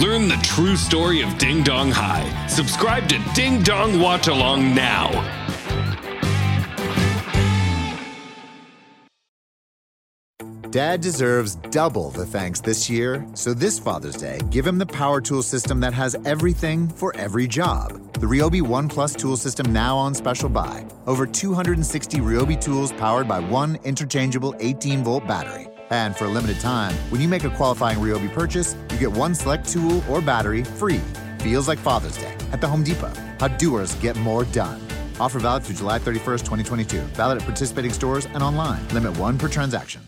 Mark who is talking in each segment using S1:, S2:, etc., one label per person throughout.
S1: Learn the true story of Ding Dong High. Subscribe to Ding Dong Watch Along now.
S2: Dad deserves double the thanks this year, so this Father's Day, give him the power tool system that has everything for every job. The Ryobi One Plus tool system now on special buy. Over 260 Ryobi tools powered by one interchangeable 18 volt battery. And for a limited time, when you make a qualifying Ryobi purchase, you get one select tool or battery free. Feels like Father's Day at the Home Depot. How doers get more done. Offer valid through July 31st, 2022. Valid at participating stores and online. Limit one per transaction.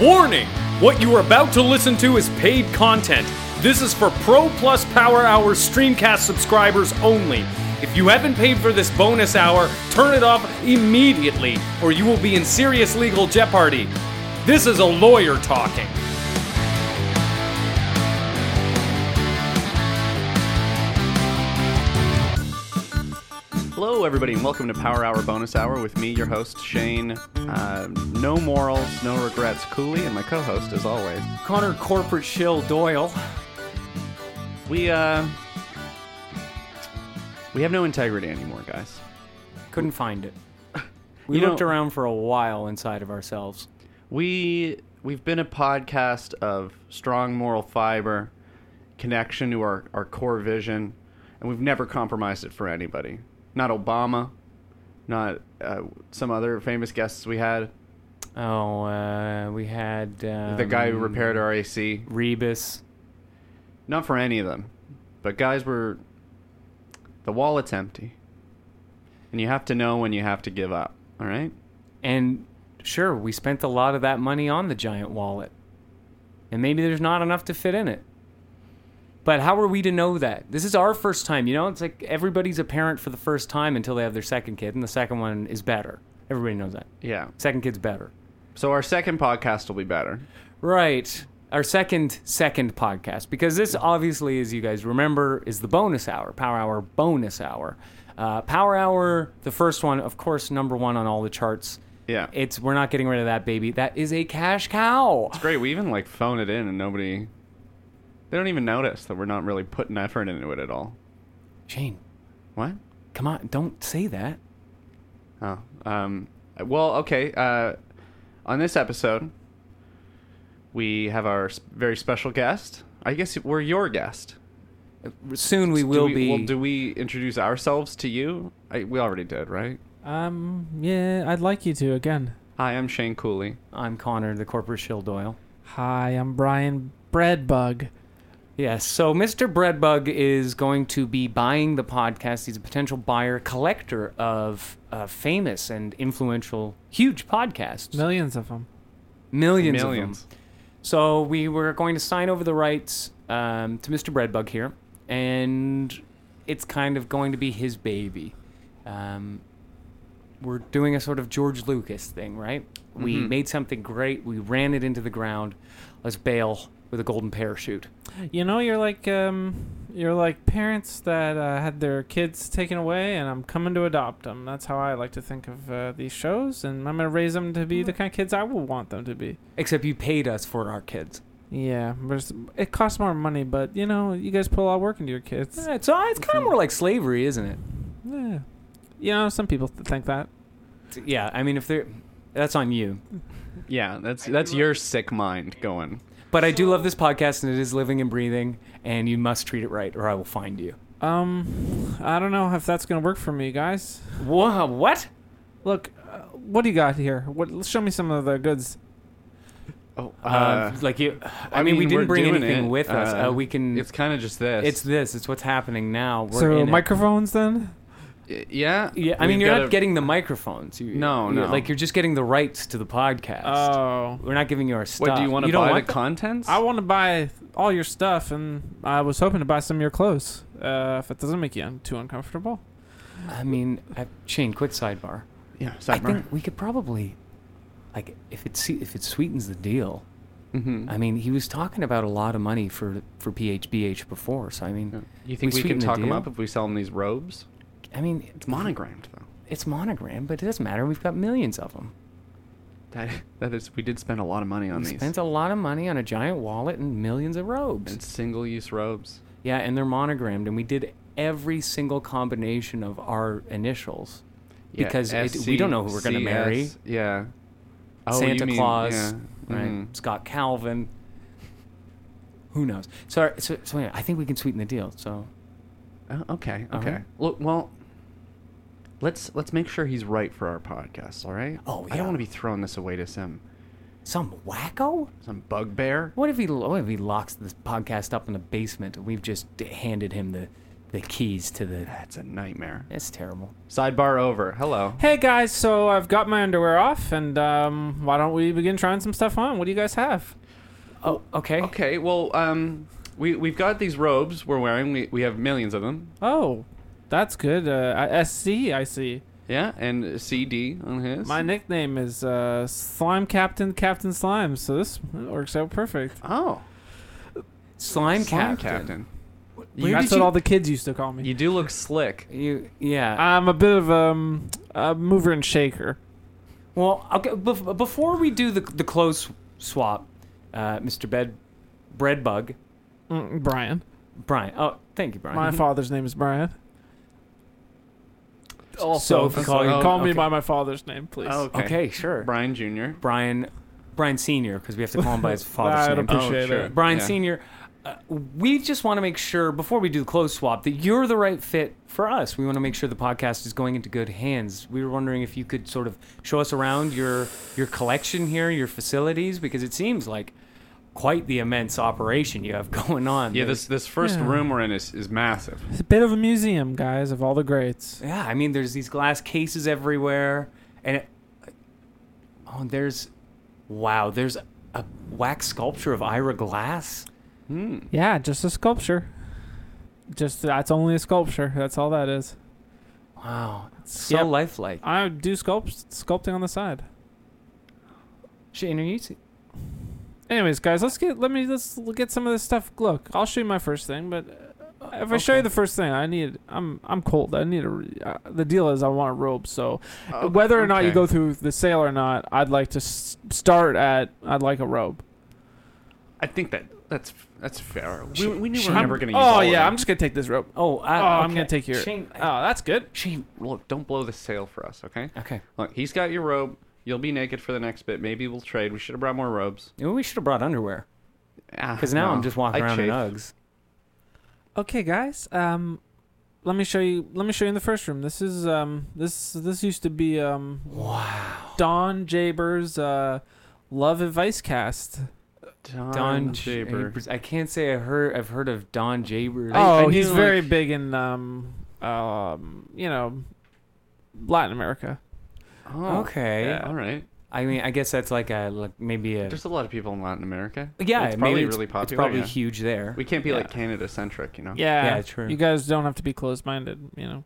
S3: Warning! What you are about to listen to is paid content. This is for Pro Plus Power Hour Streamcast subscribers only. If you haven't paid for this bonus hour, turn it off immediately, or you will be in serious legal jeopardy. This is a lawyer talking.
S4: Hello, everybody, and welcome to Power Hour Bonus Hour with me, your host, Shane. Uh, no morals, no regrets, Cooley, and my co host, as always.
S3: Connor Corporate Shill Doyle.
S4: We, uh. We have no integrity anymore, guys.
S3: Couldn't find it. We
S4: You know-
S3: looked around for a while inside of ourselves.
S4: We. We've been a podcast of strong moral fiber, connection to our, our core vision, and we've never compromised it for anybody. Not Obama, not uh, some other famous guests we had,
S3: Oh, uh, we had um,
S4: the guy who repaired our AC.
S3: Rebus.
S4: Not for any of them. But guys were the wallet's empty. And you have to know when you have to give up, all right?
S3: And sure, we spent a lot of that money on the giant wallet. And maybe there's not enough to fit in it. But how are we to know that? This is our first time, you know? It's like everybody's a parent for the first time until they have their second kid, and the second one is better. Everybody knows that.
S4: Yeah.
S3: Second kid's better.
S4: So our second podcast will be better.
S3: Right. Our second second podcast because this obviously, as you guys remember, is the bonus hour, Power Hour bonus hour, uh, Power Hour. The first one, of course, number one on all the charts.
S4: Yeah.
S3: It's we're not getting rid of that baby. That is a cash cow.
S4: Great, we even like phone it in and nobody they don't even notice that we're not really putting effort into it at all.
S3: Shane,
S4: What?
S3: come on, don't say that.
S4: Oh. Um well, okay. Uh on this episode we have our s- very special guest. I guess we're your guest.
S3: Soon we will
S4: do we,
S3: be.
S4: Well, do we introduce ourselves to you? I, we already did, right?
S5: Um, yeah, I'd like you to again.
S4: Hi, I'm Shane Cooley.
S3: I'm Connor, the corporate shill Doyle.
S5: Hi, I'm Brian Breadbug.
S3: Yes. So Mr. Breadbug is going to be buying the podcast. He's a potential buyer, collector of uh, famous and influential, huge podcasts.
S5: Millions of them.
S3: millions,
S4: Millions.
S3: of them. So we were going to sign over the rights um, to Mr. Breadbug here, and it's kind of going to be his baby. Um, we're doing a sort of George Lucas thing, right? We made something great. We ran it into the ground. Let's bail with a golden parachute.
S5: You know, you're like um, you're like parents that uh, had their kids taken away, and I'm coming to adopt them. That's how I like to think of uh, these shows, and I'm gonna raise them to be the kind of kids I would want them to be.
S3: Except you paid us for our kids.
S5: Yeah, there's- it costs more money, but you know, you guys put a lot of work into your kids.
S3: So Uh, it's kind of more like slavery, isn't it?
S5: Yeah, you know, some people th- think that.
S3: Yeah, I mean, if they're. That's on you.
S4: Yeah, that's that's your sick mind going.
S3: But I do love this podcast, and it is living and breathing, and you must treat it right, or I will find you.
S5: Um, I don't know if that's gonna work for me, guys.
S3: Whoa, what?
S5: Look, uh, what do you got here? What? Show me some of the goods.
S4: Oh,
S3: Uh, like you, I,
S4: I
S3: mean, we
S4: mean, we're
S3: didn't bring
S4: doing
S3: anything
S4: it.
S3: with us.
S4: Uh,
S3: Uh, we can.
S4: it's kind of just this.
S3: It's this. It's what's happening now. We're
S5: so
S3: in it.
S5: microphones then?
S4: Y- Yeah.
S3: Yeah, I
S4: we've
S3: mean, you're
S4: got
S3: not
S4: a-
S3: getting the microphones. You,
S4: No,
S3: you-
S4: no.
S3: Like you're just getting the rights to the podcast.
S5: Oh.
S3: We're not giving you our stuff.
S4: What do you want to
S3: don't
S4: buy
S3: want
S4: the contents?
S5: I want to buy all your stuff, and I was hoping to buy some of your clothes. Uh, if it doesn't make you un- too uncomfortable,
S3: that? I mean, I, Shane, quick sidebar.
S4: yeah,
S3: I
S4: sidebar.
S3: think we could probably, like, if it se- if it sweetens the deal.
S4: Mhm.
S3: I mean, he was talking about a lot of money for for PHBH before. So I mean,
S4: You think we, can
S3: sweeten the
S4: talk them
S3: deal?
S4: up if we sell them these robes?
S3: I mean,
S4: It's monogrammed though.
S3: it's monogram, but it doesn't matter. We've got millions of them.
S4: That that is, we did spend a lot of money on
S3: We
S4: these.
S3: spent a lot of money on a giant wallet and millions of robes.
S4: and single-use robes.
S3: Yeah, and they're monogrammed, and we did every single combination of our initials
S4: Yeah,
S3: because it, we don't know who we're going to marry.
S4: SCS, Yeah. Oh, you
S3: Santa
S4: mean-
S3: Claus,
S4: yeah,
S3: right?
S4: mhm.
S3: Scott Calvin. Who knows? So, so, so yeah, I think we can sweeten the deal. So,
S4: Oh, okay.
S3: Uh-huh.
S4: Okay. Look, well, let's let's make sure he's right for our podcast. All right.
S3: Oh,
S4: I
S3: yeah.
S4: don't want to be throwing this away to some
S3: some wacko.
S4: some bugbear.
S3: What if he? What if he locks this podcast up in the basement and we've just d- handed him the, the keys to the?
S4: That's a nightmare.
S3: That's terrible.
S4: Sidebar over. Hello.
S5: hey guys, so I've got my underwear off, and um, why don't we begin trying some stuff on? What do you guys have?
S3: Oh, okay.
S4: Okay. Well, um, we we've got these robes we're wearing. We we have millions of them.
S5: Oh, that's good. Uh, I- SC, I see.
S4: Yeah, and CD on his.
S5: My nickname is uh, Slime Captain, Captain Slime, so this works out perfect.
S4: Oh,
S3: Slime,
S4: Slime
S3: captain.
S4: You,
S5: that's
S4: did
S5: what
S4: you-
S5: all the kids used to call me.
S4: you do look slick.
S3: You, yeah.
S5: I'm a bit of um, a mover and shaker.
S3: Well, okay. Bef- before we do the the clothes swap, uh, Mr. Bed Breadbug
S5: Mm, Brian.
S3: Brian. Oh, thank you, Brian.
S5: My father's name is Brian.
S4: Oh,
S3: Also- if you call
S4: you-
S5: call me
S3: okay.
S5: by my father's name, please.
S4: Oh, okay.
S3: Okay, sure. Brian
S4: Brian Jr.
S3: Brian, Senior, because we have to call him by his father's
S5: I'd
S3: name.
S4: Oh,
S5: Appreciate
S4: sure.
S5: it.
S3: Brian
S4: Yeah.
S3: Senior. Uh, we just want to make sure before we do the clothes swap that you're the right fit for us. We want to make sure the podcast is going into good hands. We were wondering if you could sort of show us around your your collection here, your facilities, because it seems like quite the immense operation you have going on.
S4: Yeah,
S3: There's-
S4: this this first
S5: Yeah.
S4: room we're in is, is massive.
S5: It's a bit of a museum, guys, of all the greats.
S3: Yeah, I mean, there's these glass cases everywhere, and it, oh, and there's, wow, there's a wax sculpture of Ira Glass.
S5: Yeah, just a sculpture. Just that's only a sculpture. That's all that is.
S3: Wow, so
S5: Yep.
S3: lifelike.
S5: I do sculpt sculpting on the side.
S3: Shane, are you? t-
S5: Anyways, guys, let's get let me let's l- get some of this stuff. Look, I'll show you my first thing, but uh, if I show you
S3: Okay.
S5: the first thing, I need I'm I'm cold. I need a re- uh, the deal is I want a robe. So uh, whether or not you
S4: Oh, okay.
S5: go through the sale or not, I'd like to s- start at I'd like a robe.
S4: I think that that's that's fair. We, we knew we were
S5: I'm-
S4: never going to use
S5: Oh
S4: all of
S5: yeah,
S4: them.
S5: I'm just gonna take this robe. Oh,
S3: Oh, I,
S5: I'm
S3: okay.
S5: gonna take your.
S3: Shane. I-
S5: oh, that's good.
S3: Shane.
S4: Look, don't blow the sale for us, okay?
S3: Okay.
S4: Look, he's got your robe. You'll be naked for the next bit. Maybe we'll trade. We should have brought more robes.
S3: Maybe we should have brought underwear,
S4: Because
S3: because now I'm just walking
S4: I
S3: around
S4: chafe.
S3: in Uggs.
S5: Okay, guys. Um, let me show you. Let me show you in the first room. This is um. This this used to be um.
S3: Wow.
S5: Don Jaber's uh, love advice cast.
S4: Don,
S3: Don
S4: Jaber.
S3: Jaber. I can't say I heard. I've heard of Don Jaber.
S5: Oh,
S4: I
S5: he's
S4: knew,
S5: very big in um, um, you know, Latin America.
S4: Oh,
S3: okay.
S4: yeah, all right.
S3: I mean, I guess that's like a like maybe a.
S4: There's a lot of people in Latin America.
S3: yeah,
S4: it's
S3: maybe
S4: probably
S3: it's-
S4: really popular.
S3: It's probably
S4: yeah.
S3: huge there.
S4: We can't be like
S5: Yeah.
S4: Canada centric, you know.
S5: Yeah,
S3: Yeah, true.
S5: You guys don't have to be closed-minded. You know,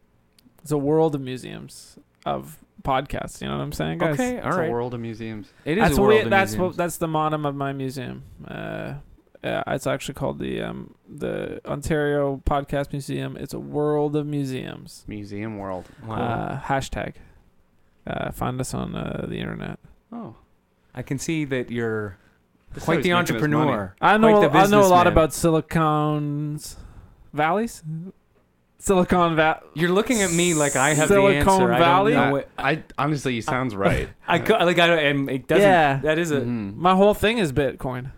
S5: it's a world of museums of podcasts. You know what I'm saying, guys?
S3: okay. All
S4: It's a
S3: right.
S4: world of museums.
S3: It is
S5: That's
S3: a
S5: what
S3: world.
S5: we,
S3: of
S5: that's
S3: museums.
S5: what that's the bottom of my museum. Uh, uh, it's actually called the um, the Ontario Podcast Museum. It's a world of museums.
S4: Museum world.
S3: Wow.
S5: Uh, hashtag. Uh, find us on uh, the internet.
S4: Oh.
S3: I can see that you're
S4: This
S3: quite
S4: guy's
S3: the
S4: making his money.
S3: entrepreneur.
S5: I know
S3: Quite the
S5: I know a lot
S3: businessman.
S5: about silicones valleys. Silicon Valley.
S3: You're looking at me like I have the
S5: Silicon
S3: answer.
S5: Valley?
S3: I don't
S4: I,
S3: know what,
S4: I honestly, he sounds right.
S3: I go, like I don't, and it doesn't.
S5: Yeah.
S3: That is a.
S4: Mhm.
S5: My whole thing is Bitcoin.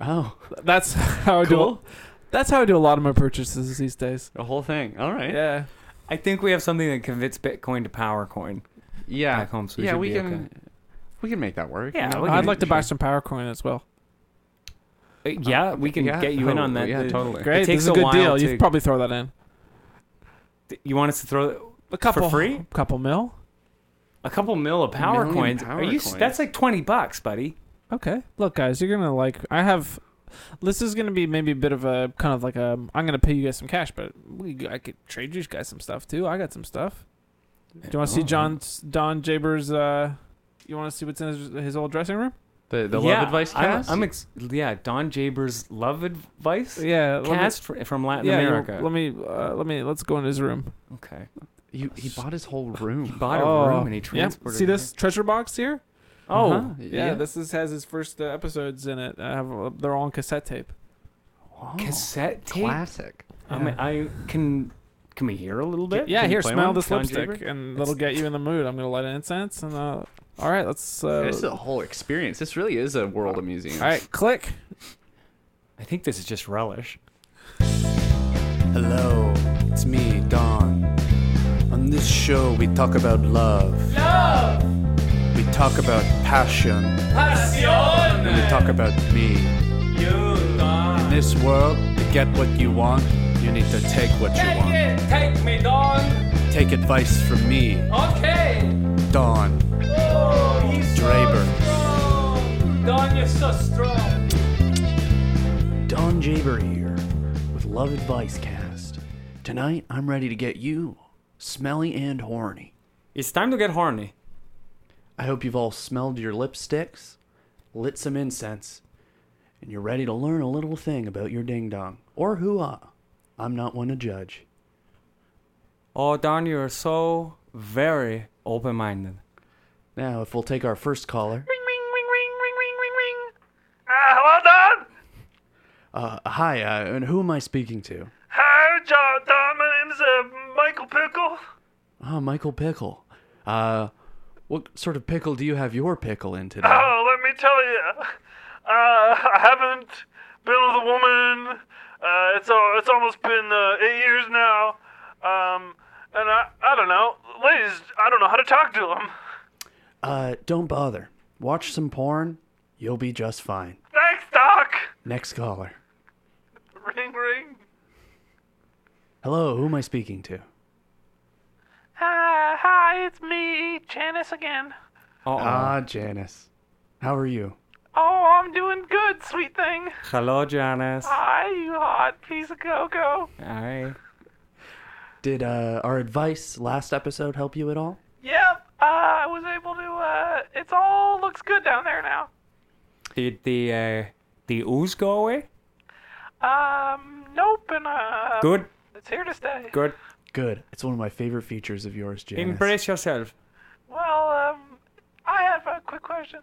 S4: Oh,
S5: That's how I do.
S4: Cool.
S5: That's how I do a lot of my purchases these days.
S4: the whole thing. All right.
S5: Yeah.
S3: I think we have something that converts Bitcoin to Powercoin
S4: Yeah.
S3: back home. So we
S4: yeah,
S3: should
S4: we
S3: be
S4: can.
S3: okay.
S4: We can make that work.
S3: Yeah,
S4: you know?
S3: we
S5: I'd
S3: can-
S5: like to buy some Powercoin as well.
S3: Uh, Yeah, Oh, we can
S4: yeah,
S3: get you in on
S4: totally,
S3: that.
S4: yeah,
S3: The-
S4: totally.
S5: Great.
S3: It takes
S5: this is a
S3: a
S5: good
S3: while
S5: deal.
S3: to-
S5: You could probably throw that in.
S3: You want us to throw?
S5: A couple
S3: free?
S5: couple mil.
S3: A couple mil of power
S4: Million
S3: coins.
S4: power
S3: Are you? s-
S4: coins.
S3: That's like twenty bucks, buddy.
S5: Okay. Look, guys, you're gonna like. I have. This is gonna be maybe a bit of a kind of like a. I'm gonna pay you guys some cash, but we, I could trade you guys some stuff too. I got some stuff. Do you want to see
S3: Oh.
S5: John's Don Jaber's? Uh, you want to see what's in his, his old dressing room?
S4: The, the
S3: Yeah,
S4: love advice
S3: I'm-
S4: cast.
S3: I'm, ex- yeah, Don Jaber's love advice
S5: Yeah. let me-
S3: cast fr- from Latin
S5: yeah, you-
S3: America.
S5: Let me. Uh, let me. Let's go in his room.
S3: okay,
S4: you, he bought his whole
S3: he
S4: room.
S3: bought
S5: Oh,
S3: a room and he
S5: yeah.
S3: transported.
S5: See
S3: it.
S5: this treasure box here?
S3: Oh,
S4: Uh-huh,
S5: Yeah. This is, has his first uh, episodes in it. I have, uh, they're all on cassette tape.
S4: Wow.
S3: cassette tape.
S4: classic.
S3: I, mean, Oh, I can. Can we hear a little bit?
S5: Yeah,
S4: Can you
S5: here,
S4: play
S5: smell
S4: one?
S5: this
S3: John
S5: lipstick,
S3: Jaber?
S5: and that'll get you in the mood. I'm gonna light an incense, and uh, all right, let's. Uh,
S4: This is a whole experience. This really is a world of museums.
S5: all right, click.
S3: I think this is just relish.
S6: Hello, it's me, Don. On this show, we talk about love. Love! We talk about passion. Passion! And we talk about me. You, Don. In this world, to get what you want, you need to take what you want. Take it! Take me, Don! Take advice from me. Okay! Don. Oh, he's Draper.
S4: Don Jaber here with Love Advice Cast. Tonight, I'm ready to get you smelly and horny.
S3: It's time to get horny.
S4: I hope you've all smelled your lipsticks, lit some incense, and you're ready to learn a little thing about your ding dong or hoo-ah. I'm not one to judge.
S3: Oh, Don, you are so very open-minded.
S4: Now, if we'll take our first caller.
S7: Uh, hello, Don.
S4: Uh, hi, uh, and who am I speaking to?
S7: Hi, John. Don. My name's uh, Michael Pickle.
S4: Oh, Michael Pickle. Uh, what sort of pickle do you have your pickle in today?
S7: Oh, let me tell you, uh, I haven't been with a woman. Uh, it's all, it's almost been uh, eight years now. Um, and I, I don't know, ladies. I don't know how to talk to them.
S4: Uh, don't bother. Watch some porn. You'll be just fine.
S7: Thanks, Doc.
S4: Next caller.
S7: Ring, ring.
S4: Hello, who am I speaking to?
S7: Hi, hi, it's me, Janice again.
S3: Oh,
S4: Ah, Janice. How are you?
S7: Oh, I'm doing good, sweet thing.
S3: hello, Janice.
S7: Hi, you hot piece of cocoa.
S3: Hi.
S4: Did uh, our advice last episode help you at all?
S7: Yep, uh, I was able to. Uh, it's all looks good down there now.
S3: Did the uh, the ooze go away?
S7: Um, nope, and uh,
S3: Good,
S7: it's here to stay.
S3: good.
S4: Good. It's one of my favorite features of yours, Janice.
S3: Embrace yourself.
S7: Well, um, I have a quick question.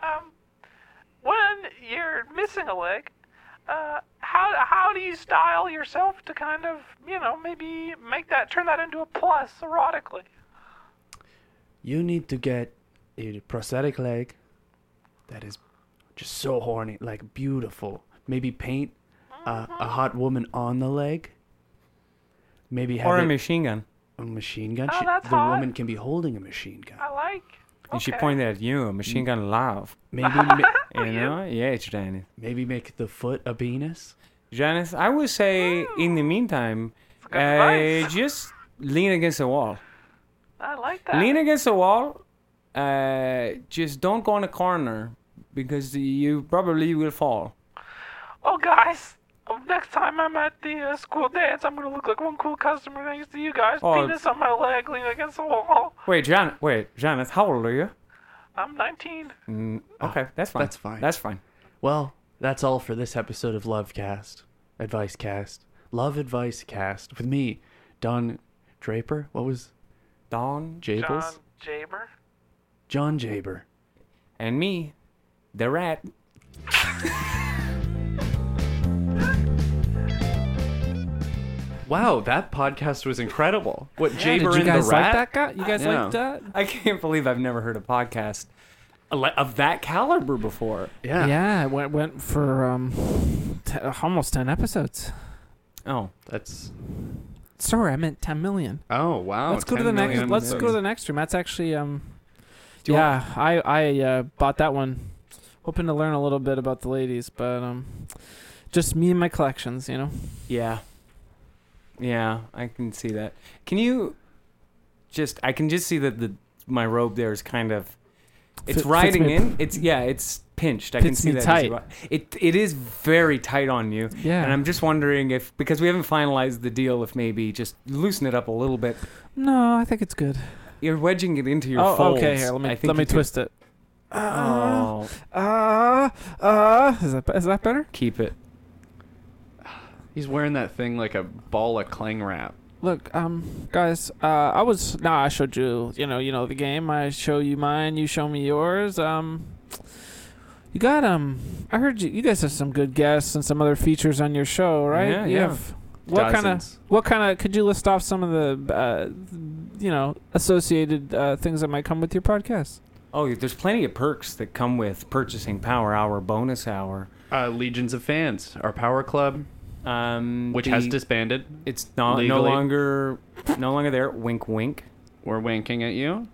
S7: Um, when you're missing a leg, uh, how how do you style yourself to kind of you know maybe make that turn that into a plus erotically?
S4: You need to get a prosthetic leg that is just so horny, like beautiful. Maybe paint uh, a hot woman on the leg. Maybe have
S3: Or a
S4: it-
S3: machine gun.
S4: a machine gun.
S7: Oh,
S4: She-
S7: that's
S4: the
S7: hot.
S4: woman can be holding a machine gun.
S7: I like.
S3: And she
S7: Okay.
S3: pointed at you, a machine gun love.
S4: Maybe, ma-
S3: You know? Yeah, Janice.
S4: maybe make the foot a penis.
S3: Janice, I would say in the meantime,
S7: good
S3: uh,
S7: advice.
S3: just lean against the wall.
S7: I like that.
S3: Lean against the wall. Uh, just don't go in a corner because you probably will fall.
S7: Oh, guys. um, Next time I'm at the uh, school dance, I'm gonna look like one cool customer thanks to you guys.
S3: Oh.
S7: Penis on my leg, lean against the wall.
S3: Wait, Jan. Wait, Janice, how old are you?
S7: I'm 19.
S3: Mm, okay, that's fine.
S4: Ah, that's fine.
S3: That's fine.
S4: Well, that's all for this episode of Lovecast, Advice Cast, Love Advice Cast with me, Don Draper. What was
S3: Don
S7: John
S4: Jables?
S7: Jaber.
S4: John, Jaber.
S3: and me, the rat.
S4: Wow, that podcast was incredible. What Jaber
S5: Did you
S4: and
S5: guys
S4: the Rat?
S5: like that guy? You guys
S4: Yeah.
S5: like that?
S3: I can't believe I've never heard a podcast ale- of that caliber before.
S4: Yeah,
S5: it went went for um, t- almost ten episodes.
S3: Oh,
S4: That's
S5: Sorry, I meant ten million.
S4: oh wow.
S5: let's go to the
S4: 10
S5: next.
S4: million
S5: Let's go to the next room. That's actually um, yeah, I I uh, bought that one, hoping to learn a little bit about the ladies, but um, just me and my collections, you know.
S3: yeah. Yeah, I can see that. Can you just I can just see that the my robe there is kind of it's
S5: Fit-
S3: riding
S5: fits me-
S3: in. It's yeah, it's pinched. I can
S5: Fits
S3: see
S5: me
S3: that. it's
S5: tight.
S3: ri- It it is very tight on you.
S5: Yeah.
S3: And I'm just wondering if because we haven't finalized the deal, if maybe just loosen it up a little bit.
S5: No, I think it's good.
S3: You're wedging it into your
S5: oh,
S3: folds.
S5: okay. Here, let me
S3: I think
S5: let me
S3: you could-
S5: twist it.
S3: oh,
S5: Ah, ah. Is that is that better?
S3: keep it.
S4: He's wearing that thing like a ball of cling wrap.
S5: Look, um, guys, uh, I was nah. I showed you, you know, you know the game. I show you mine. You show me yours. Um, you got um. I heard you. You guys have some good guests and some other features on your show, right?
S3: Yeah,
S5: You
S3: yeah.
S5: have- what kind of
S4: Dozens.
S5: what kind of could you list off some of the uh, you know associated uh, things that might come with your podcast?
S3: Oh, there's plenty of perks that come with purchasing Power Hour, Bonus Hour,
S4: uh, legions of fans? Our power club,
S3: um,
S4: which has
S3: the-
S4: disbanded.
S3: It's no, no
S4: legally-
S3: longer no longer there. Wink, wink.
S4: We're winking at you.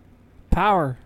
S5: Power.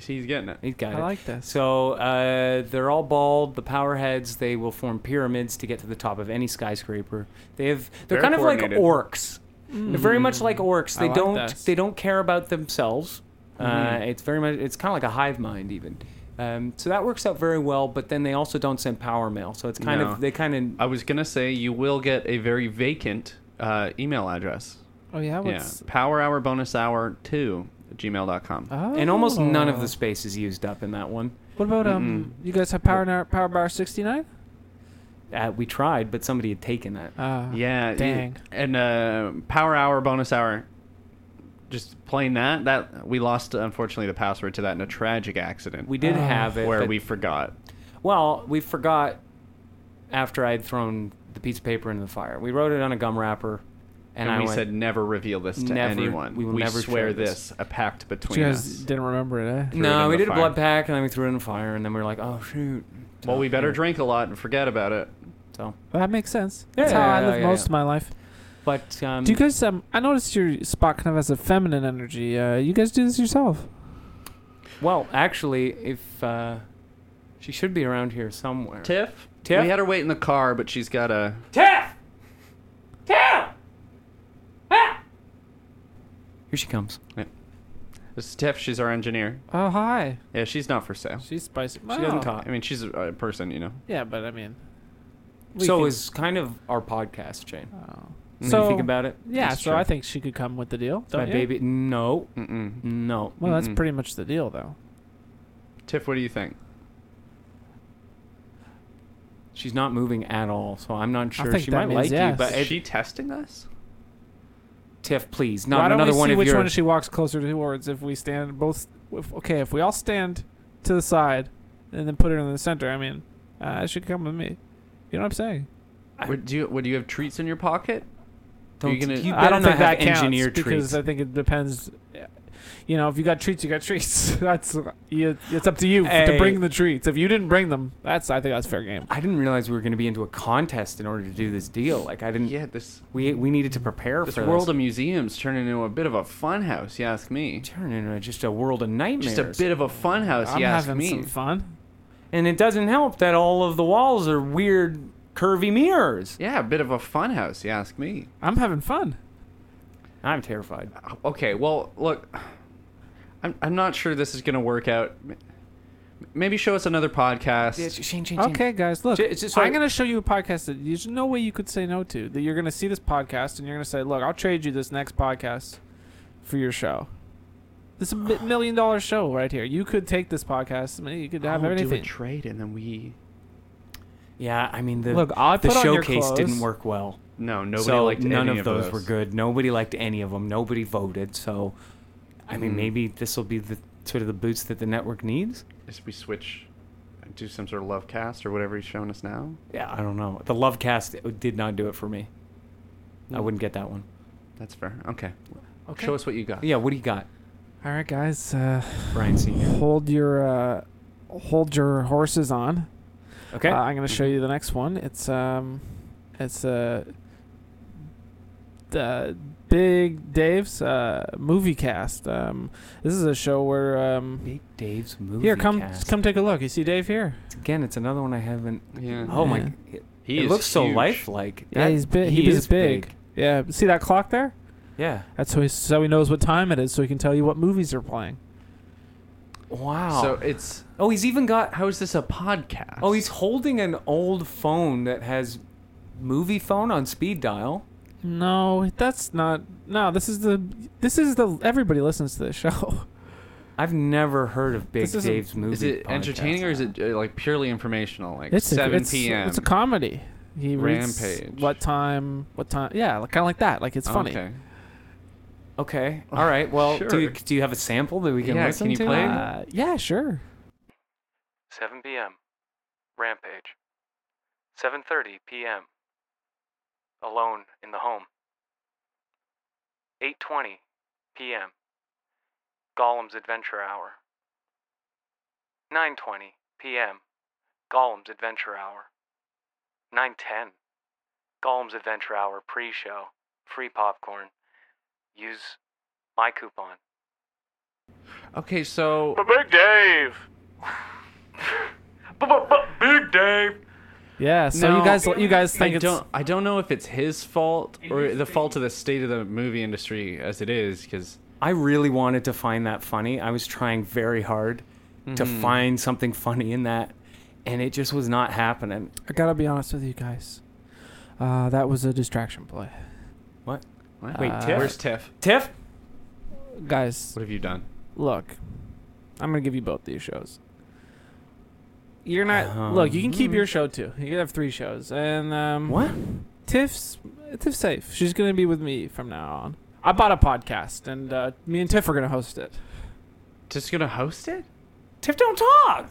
S4: He's getting it.
S3: He's got
S5: I
S3: it.
S5: like this.
S3: So uh, they're all bald. The power heads. They will form pyramids to get to the top of any skyscraper. They have. They're
S4: Very
S3: kind of like
S4: coordinated.
S3: orcs. They're very much like orcs. They
S5: Mm. like
S3: don't.
S5: this. Mm-hmm.
S3: They don't care about themselves. Uh, it's very much. It's kind of like a hive mind even. Um, so that works out very well. But then they also don't send power mail. So it's kind
S4: No.
S3: of. They kind
S4: I
S3: of.
S4: was gonna say you will get a very vacant uh, email address.
S5: Oh yeah. What's
S4: yeah, power hour bonus hour two gmail.com.
S5: Oh.
S3: And almost none of the space is used up in that one.
S5: What about um? You guys have Power Nar- Power Bar sixty nine?
S3: Uh, we tried, but somebody had taken that.
S5: Uh,
S4: yeah, you-
S5: Dang.
S4: and uh, power hour bonus hour. Just playing that. That we lost unfortunately the password to that in a tragic accident.
S3: We did have it.
S4: where
S3: but-
S4: we forgot.
S3: Well, we forgot after I had thrown the piece of paper into the fire. We wrote it on a gum wrapper, and,
S4: And,
S3: I
S4: we
S3: went,
S4: said never reveal this to
S3: Never-
S4: anyone.
S3: we will never
S4: swear
S3: share
S4: this.
S3: this."
S4: a pact
S5: But
S3: Oh,
S4: between
S5: you guys
S4: us.
S5: didn't remember it, eh?
S4: threw it
S3: "No."
S4: in
S3: We
S4: the
S3: did a blood
S4: fire.
S3: pack, and then we threw it in the fire, and then we were like, "Oh shoot!"
S4: Well, we better drink a lot and forget about it.
S3: So,
S5: That makes sense.
S3: Yeah,
S5: That's how I
S3: yeah,
S5: live
S3: yeah,
S5: most
S3: yeah.
S5: of my life.
S3: but um,
S5: Do you guys? Um, I noticed your spot kind of has a feminine energy. Uh, you guys do this yourself?
S3: well, actually, if uh, she should be around here somewhere.
S4: Tiff?
S3: Tiff?
S4: We had her wait in the car, but she's got a.
S3: Tiff! Tiff! Ah! Here she comes.
S4: This is Tiff. She's our engineer.
S5: Oh hi.
S4: Yeah, she's not for sale.
S5: She's spicy.
S3: She doesn't talk.
S4: I mean, she's a, a person, you know.
S5: Yeah, but I mean. we
S3: So
S5: can-
S3: is kind of our podcast, Jane. When
S5: so
S3: you think about it.
S5: Yeah,
S4: That's
S5: so
S4: true.
S5: I think she could come with the deal. Don't
S3: My
S5: you?
S3: baby. No,
S4: Mm-mm.
S3: no.
S5: Well, that's
S4: Mm-mm.
S5: pretty much the deal, though.
S4: Tiff, what do you think?
S3: She's not moving at all, so I'm not sure.
S5: think
S3: She
S5: that
S3: might
S5: means
S3: like you,
S5: yes.
S3: but
S5: Is
S4: Is
S3: it,
S4: she testing us?
S3: Tiff, please,
S5: Why
S3: not
S5: don't
S3: another
S5: we see
S3: one of
S5: which
S3: your.
S5: one she walks closer towards if we stand both? If, okay, if we all stand to the side and then put her in the center. I mean, uh, she could come with me. You know what I'm saying?
S4: Would you would you have treats in your pocket?
S3: Don't-
S4: You're gonna-
S3: you
S5: I
S3: better
S5: don't
S3: not
S5: think that
S3: have
S5: counts
S3: engineer
S5: because
S3: treats.
S5: I think it depends. You know, if you got treats, you got treats. that's you, it's up to you to
S3: Hey.
S5: bring the treats. If you didn't bring them, that's I think that's fair game.
S3: I didn't realize we were going to be into a contest in order to do this deal. Like I didn't.
S4: Yeah, this
S3: We we needed to prepare
S4: this
S3: for
S4: world
S3: this.
S4: of museums turned into a bit of a fun house, you ask me.
S3: turn into just a world of nightmares.
S4: Just a bit of a fun house,
S5: I'm
S4: you ask
S5: having
S4: me.
S5: some fun.
S3: and it doesn't help that all of the walls are weird curvy mirrors.
S4: yeah, a bit of a fun house, you ask me.
S5: I'm having fun.
S3: I'm terrified.
S4: Okay, well, look, I'm I'm not sure this is gonna work out. M- Maybe show us another podcast.
S5: Okay, guys, look.
S3: J- it's just like-
S5: I'm going to show you a podcast that there's no way you could say no to. That you're going to see this podcast and you're going to say, "Look, I'll trade you this next podcast for your show." This is a mi- million dollar show right here. You could take this podcast. I mean, You could
S4: I'll
S5: have
S4: do a
S5: anything.
S4: trade, and then we.
S3: Yeah, I mean the
S5: Look, I
S3: the
S5: put on your
S3: showcase didn't
S5: clothes.
S3: work well.
S4: No, nobody
S3: so
S4: liked
S3: none
S4: any
S3: of those, were good. Nobody liked any of them. Nobody voted. So, I mean, maybe this will be the sort of the boots that the network needs.
S4: Is we switch, do some sort of love cast or whatever he's showing us now.
S3: Yeah, I don't know. The Love Cast did not do it for me. I wouldn't get that one.
S4: That's fair. Okay.
S5: Okay.
S4: Show us what you got.
S3: Yeah, what do you got,
S5: All right, guys. Uh,
S3: Brian Senior?
S5: hold your uh, hold your horses on.
S3: Okay,
S5: Uh, I'm going to show
S4: Mm-hmm.
S5: you the next one. It's um, it's uh, the Big Dave's uh, movie cast. Um, this is a show where um,
S3: Big Dave's movie.
S5: here come
S3: cast.
S5: come take a look. You see Dave here?
S3: again. It's another one I haven't.
S4: Yeah.
S3: Oh my!
S5: Yeah.
S3: It,
S4: He
S3: it
S4: is
S3: looks so
S4: huge.
S3: lifelike.
S5: Yeah,
S3: That-
S5: he's big.
S3: He
S5: He,
S3: is
S5: is big. Yeah, see that clock there?
S3: Yeah.
S5: That's how he, so he knows what time it is, so he can tell you what movies are playing.
S3: Wow.
S4: So it's
S3: oh, he's even got.
S4: how is this a podcast?
S3: Oh, he's holding an old phone that has movie phone on speed dial.
S5: No, that's not. No, this is the. This is the. Everybody listens to this show.
S3: I've never heard of Big
S5: This isn't-
S3: Dave's movie.
S4: is it entertaining or is it uh, like purely informational? Like
S5: It's a-
S4: 7
S5: it's,
S4: p.m.
S5: It's a comedy. He reads
S4: Rampage.
S5: What time? What time? Yeah, like, kind of like that. Like it's funny.
S4: Okay.
S3: Okay. All right. Well, do you
S4: Sure.
S3: do you have a sample that we can
S4: Yeah,
S3: listen
S4: can you
S3: to?
S4: play?
S5: Uh, yeah, sure.
S8: 7 p.m. Rampage. 7:30 p.m. Alone in the home. 8:20 p.m. Gollum's Adventure Hour. 9:20 p.m. Gollum's Adventure Hour. 9:10 Gollum's Adventure Hour pre-show. Free popcorn. Use my coupon.
S4: Okay, so
S7: Big Dave. Big Dave.
S5: Yeah. So
S4: No,
S5: you guys, you guys think
S4: I
S5: it's
S4: don't I don't know if it's his fault or the fault of the state of the movie industry as it is because
S3: I really wanted to find that funny. I was trying very hard to find something funny in that, and it just was not happening.
S5: I gotta be honest with you guys. Uh, that was a distraction play,
S3: What?
S4: wait
S5: Tiff?
S4: where's Tiff
S3: Tiff?
S5: guys.
S4: what have you done
S5: Look, I'm gonna give you both these shows. You're not. look, you can keep your show too. You can have three shows. And um,
S3: Um. What?
S5: Tiff's Tiff's safe. She's gonna be with me from now on. I bought a podcast, and uh, me and Tiff are gonna host it.
S4: just gonna host it
S3: Tiff, don't talk.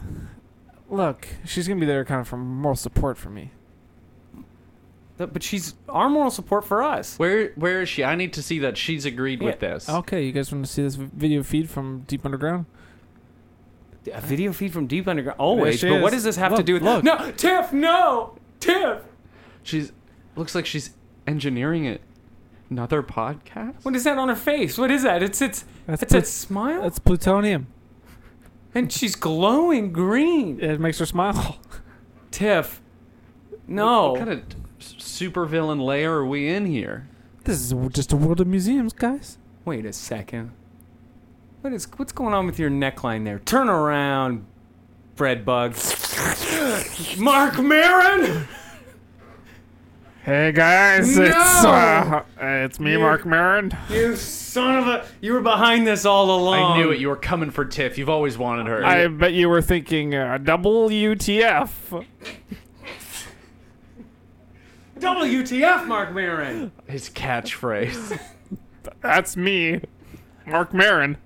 S5: Look, she's gonna be there kind of for moral support for me.
S3: Th- But she's our moral support for us.
S4: where where is she I need to see that she's agreed with
S3: Yeah.
S4: this
S5: Okay, you guys want to see this v- video feed from deep underground?
S3: A video feed from Deep Underground. Always.
S5: she
S3: But what
S5: is.
S3: does this have to
S5: Look,
S3: do with
S5: look.
S3: No, Tiff, no. Tiff.
S4: she's looks like she's engineering it another podcast
S3: What is that on her face? What is that? It's it's
S5: That's
S3: it's a
S5: put-
S3: smile
S5: That's plutonium.
S3: and she's glowing green.
S5: It makes her smile.
S3: Tiff. No.
S4: what kind of super villain layer are we in here
S5: This is w- just a world of museums, guys.
S3: Wait a second. What is what's going on with your neckline there? Turn around, bread bug. Mark Marin.
S5: Hey guys,
S3: it's, uh,
S5: it's me,
S3: Mark
S5: Maron.
S3: You son of a! You were behind this all along.
S5: Um,
S4: I knew it you were coming for Tiff you've always wanted her
S5: bet you were thinking uh, WTF.
S3: WTF, Mark Marin?
S4: his catchphrase
S5: That's me, Mark Marin.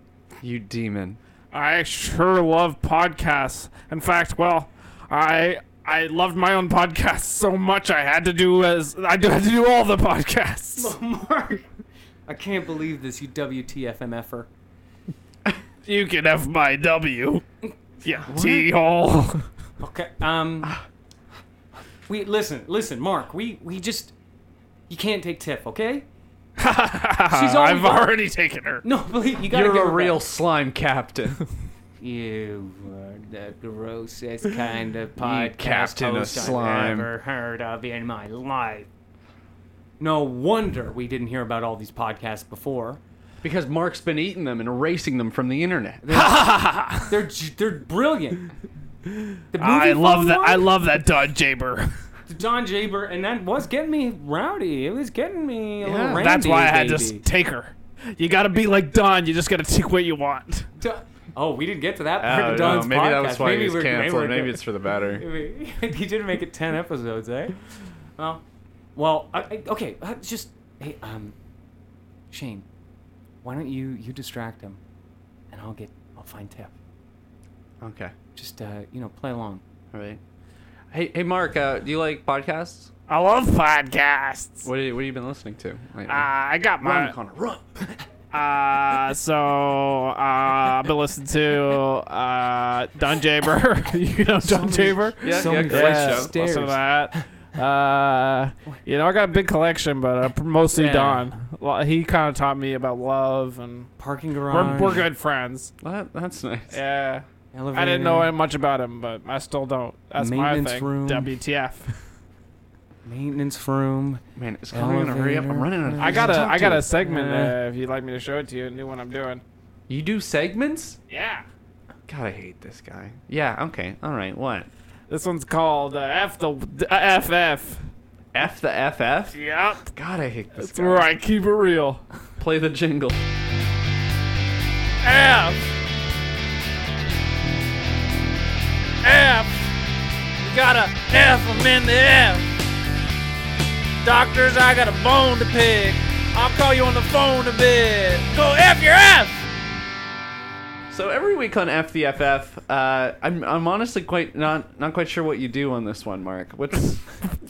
S4: you demon
S5: I sure love podcasts. In fact, well, I I loved my own podcast so much I had to do as I had to do all the podcasts.
S3: Mark, I can't believe this. You WTF mf'er.
S5: you can F my W. Yeah, T hole.
S3: Okay. Um. We listen, listen, Mark. We we just you can't take Tiff, okay? She's always-
S5: I've already taken her.
S3: No, believe you gotta
S4: you're
S3: give
S4: a
S3: her
S4: real
S3: back.
S4: slime captain
S3: You are the grossest kind of podcast
S4: captain of
S3: host
S4: slime.
S3: I've ever heard of in my life. No wonder we didn't hear about all these podcasts before.
S4: Because Mark's been eating them and erasing them from the internet.
S3: They're j- they're brilliant. The
S5: I
S3: movie
S5: love
S3: phone
S5: that. I
S3: one,
S5: love that Don Jaber.
S3: Don Jaber, and that was getting me rowdy. It was getting me a little randy.
S5: That's why I had
S3: baby.
S5: to take her. You gotta be like Don. You just gotta take what you want.
S3: Do- Oh, we didn't get to that part of Don's
S4: maybe
S3: podcast.
S4: that was why
S3: maybe
S4: he was
S3: we're-
S4: canceled.
S3: we're-
S4: Maybe it's for the better.
S3: he did make it 10 episodes, eh? Well, well, I, I, okay, uh, just hey, um Shane, why don't you you distract him and I'll get I'll find Tiff.
S4: Okay.
S3: Just uh, you know, play along.
S4: All right. Hey, hey, Mark. Uh, do you like podcasts?
S5: I love podcasts. Uh,
S4: What have you, what have you been listening to? Lately?
S3: Ah.
S5: I got my.
S4: run, Connor, run.
S5: Uh, so uh, I've been listening to uh, Don Jaber. you know Don Jaber?
S4: Yeah,
S3: So
S4: yeah,
S3: many
S4: great
S3: friends.
S4: show.
S3: Stairs.
S5: Listen to that. Uh, you know, I got a big collection, but uh, pr- mostly
S3: Yeah.
S5: Don. Well, He kind of taught me about love, and
S3: Parking
S5: we're,
S3: garage.
S5: we're good friends.
S4: That, that's nice.
S5: Yeah.
S3: Elevator.
S5: I didn't know much about him, but I still don't. That's my
S3: Maintenance
S5: thing.
S3: room.
S5: WTF.
S3: maintenance room.
S4: Man, it's coming in a hurry up. I'm
S3: Elevator.
S4: running out of
S9: I
S4: things
S9: got
S4: to
S9: a
S4: talk
S9: I got
S4: to.
S9: a segment
S3: Uh,
S9: uh, if you'd like me to show it to you and do what I'm doing.
S4: You do segments?
S9: Yeah.
S4: God, I hate this guy. Yeah. Okay. All right. What?
S9: This one's called uh, F the uh, FF.
S4: F the FF?
S9: Yep.
S4: God, I hate this
S9: That's
S4: guy.
S9: where I keep it real.
S4: Play the jingle.
S9: F. F. You gotta F 'em in the F. Doctors, I got a bone to pick. I'll call you on the phone a bit. Go F your F.
S4: So every week on F the FF, uh, I'm I'm honestly quite not not quite sure what you do on this one, Mark. What's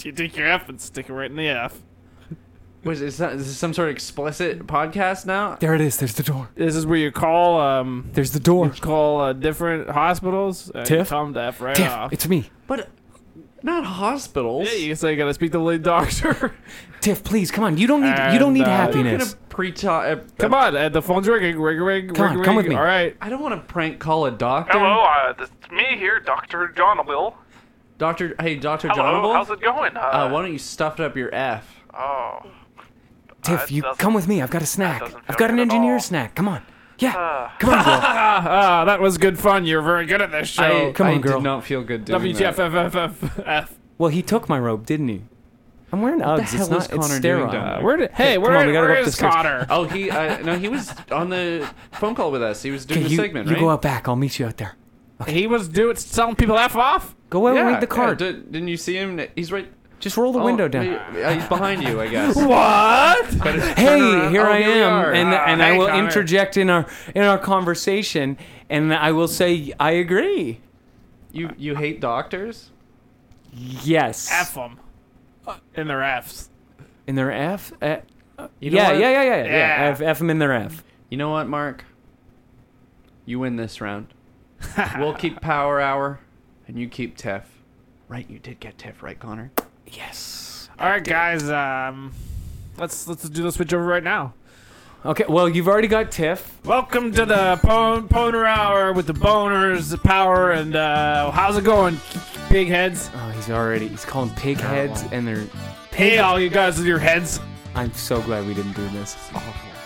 S9: You take your F and stick it right in the F.
S4: was is, that, is this some sort of explicit podcast now?
S3: There it is. There's the door.
S9: This is where you call um
S3: There's the door.
S9: call uh, different hospitals. Uh,
S3: Tiff?
S9: Tell them to F right
S3: Tiff,
S9: off.
S3: it's me.
S4: But not hospitals.
S9: yeah, you say you gotta speak to the lead doctor.
S3: Tiff, please come on. You don't need. you don't
S9: And,
S3: need
S9: uh,
S4: I'm not
S3: happiness.
S4: gonna pre talk.
S9: Come on, uh, the phone's ringing, ring, ring,
S3: Come
S9: ring,
S3: on,
S9: ring.
S3: come with me.
S9: All right.
S4: I don't want to prank call a doctor.
S10: Hello, uh, this is me here, Dr. John Will.
S4: Doctor. Hey, Doctor
S10: Hello,
S4: Jonable.
S10: how's it going? Uh,
S4: Uh, why don't you stuff up your F?
S10: oh,
S3: Tiff,
S10: it
S3: you
S10: doesn't-
S3: come with me. I've got a snack.
S10: doesn't
S3: I've
S10: feel
S3: got an
S10: good at
S3: engineer
S10: all.
S3: snack. Come on. Yeah. come on, girl.
S9: Ah, ah, that was good fun. You're very good at this show.
S4: I,
S3: Oh, come on,
S4: I
S3: girl.
S4: did not feel good doing that.
S9: WTFFFF.
S3: Well, he took my robe, didn't he? I'm wearing Uggs.
S4: hell
S3: it's not.
S4: is Connor
S3: it's
S4: doing
S3: sterile.
S4: down there?
S9: Where did, hey, where,
S3: on, we gotta go
S9: where
S3: up the
S9: is
S3: stairs.
S9: Connor?
S4: Oh, he uh, no, he was on the phone call with us. He was doing
S3: Okay,
S4: the
S3: you,
S4: segment,
S3: you
S4: right?
S3: go out back. I'll meet you out there.
S9: He was doing selling people F off?
S3: Go out
S4: Yeah,
S3: and read
S4: yeah,
S3: the card.
S4: di- didn't you see him? He's right.
S3: Just roll the
S4: oh,
S3: window down.
S4: he- uh, he's behind you, I guess.
S9: What?
S4: But it's
S3: Hey,
S4: turn around-
S3: here
S4: oh,
S3: I
S4: we are.
S3: am, and
S9: Ah,
S3: and I
S9: hey,
S3: will
S9: Connor.
S3: interject in our in our conversation, and I will say I agree.
S4: you you hate doctors?
S3: Yes.
S9: F them. In their Fs.
S3: in their F. Uh,
S4: You know
S3: yeah, yeah,
S4: what?
S3: yeah, yeah, yeah,
S9: Yeah.
S3: F, F them in their F.
S4: You know what, Mark? You win this round. we'll keep Power Hour, and you keep Tiff. Right, you did get Tiff, right, Connor?
S3: Yes.
S9: All right, guys. Um, let's let's do the switch over right now.
S3: Okay. Well, you've already got Tiff.
S9: Welcome to the Pon- Poner Hour with the Boners, the Power, and uh, how's it going, big heads?
S3: Oh, he's already. He's calling pig heads, and they're.
S9: Hey, all you guys with your heads.
S3: I'm so glad we didn't do this.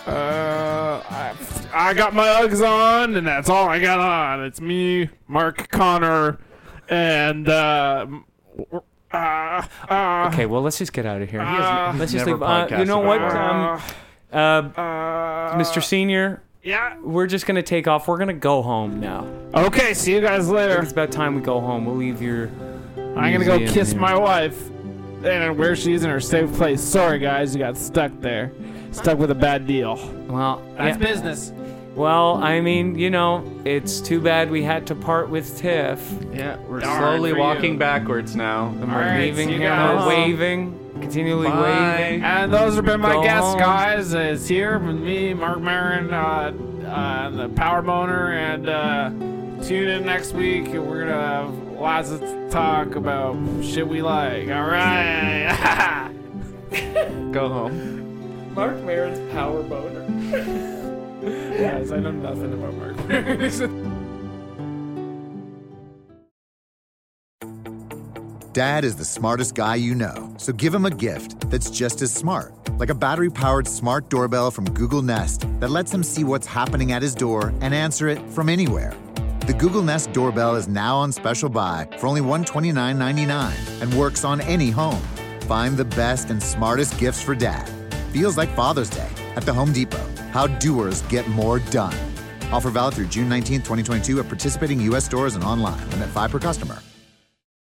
S9: Uh, I, I got my Uggs on, and that's all I got on. It's me, Mark Connor, and uh, m- uh, uh,
S3: Okay. Well, let's just get out of here.
S9: has-
S3: let's just
S4: never
S3: leave. Uh, you
S4: podcasted
S3: know what,
S4: before.
S3: um, uh,
S9: uh,
S3: Mr. Senior,
S9: Yeah.
S3: we're just gonna take off. We're gonna go home now.
S9: Okay, see you guys later.
S3: It's about time we go home. We'll leave your.
S9: I'm gonna go
S3: museum
S9: kiss
S3: here.
S9: my wife, and where she is in her safe place. Sorry, guys, you got stuck there, stuck with a bad deal.
S3: Well,
S9: That's
S3: yeah.
S9: business.
S3: well, I mean, you know, it's too bad we had to part with Tiff.
S4: Yeah, we're
S9: Darn
S4: slowly
S9: for you.
S4: walking backwards now.
S3: And
S9: All
S3: we're
S9: right,
S3: leaving
S9: see you
S3: him,
S9: guys.
S3: we're waving, continually
S4: Bye.
S3: waving.
S9: And those have been my
S3: Go
S9: guests,
S3: home.
S9: guys. It's here with me, Mark Marin, uh, uh, the Power Boner, and uh, tune in next week. and We're gonna have lots of talk about shit we like. All right.
S4: Go home.
S9: Mark Marin's Power Boner. guys, I know nothing about Mark Marin.
S2: Dad is the smartest guy you know, so give him a gift that's just as smart, like a battery powered smart doorbell from Google Nest that lets him see what's happening at his door and answer it from anywhere. The Google Nest doorbell is now on special buy for only $129.99 and works on any home. Find the best and smartest gifts for dad. Feels like Father's Day at the Home Depot. How doers get more done. Offer valid through June 19, 2022 at participating U.S. stores and online. Limit 5 per customer.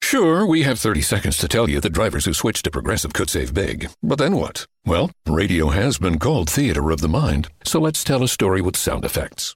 S11: Sure, we have 30 seconds to tell you that drivers who switch to Progressive could save big. But then what? Well, radio has been called theater of the mind, so let's tell a story with sound effects.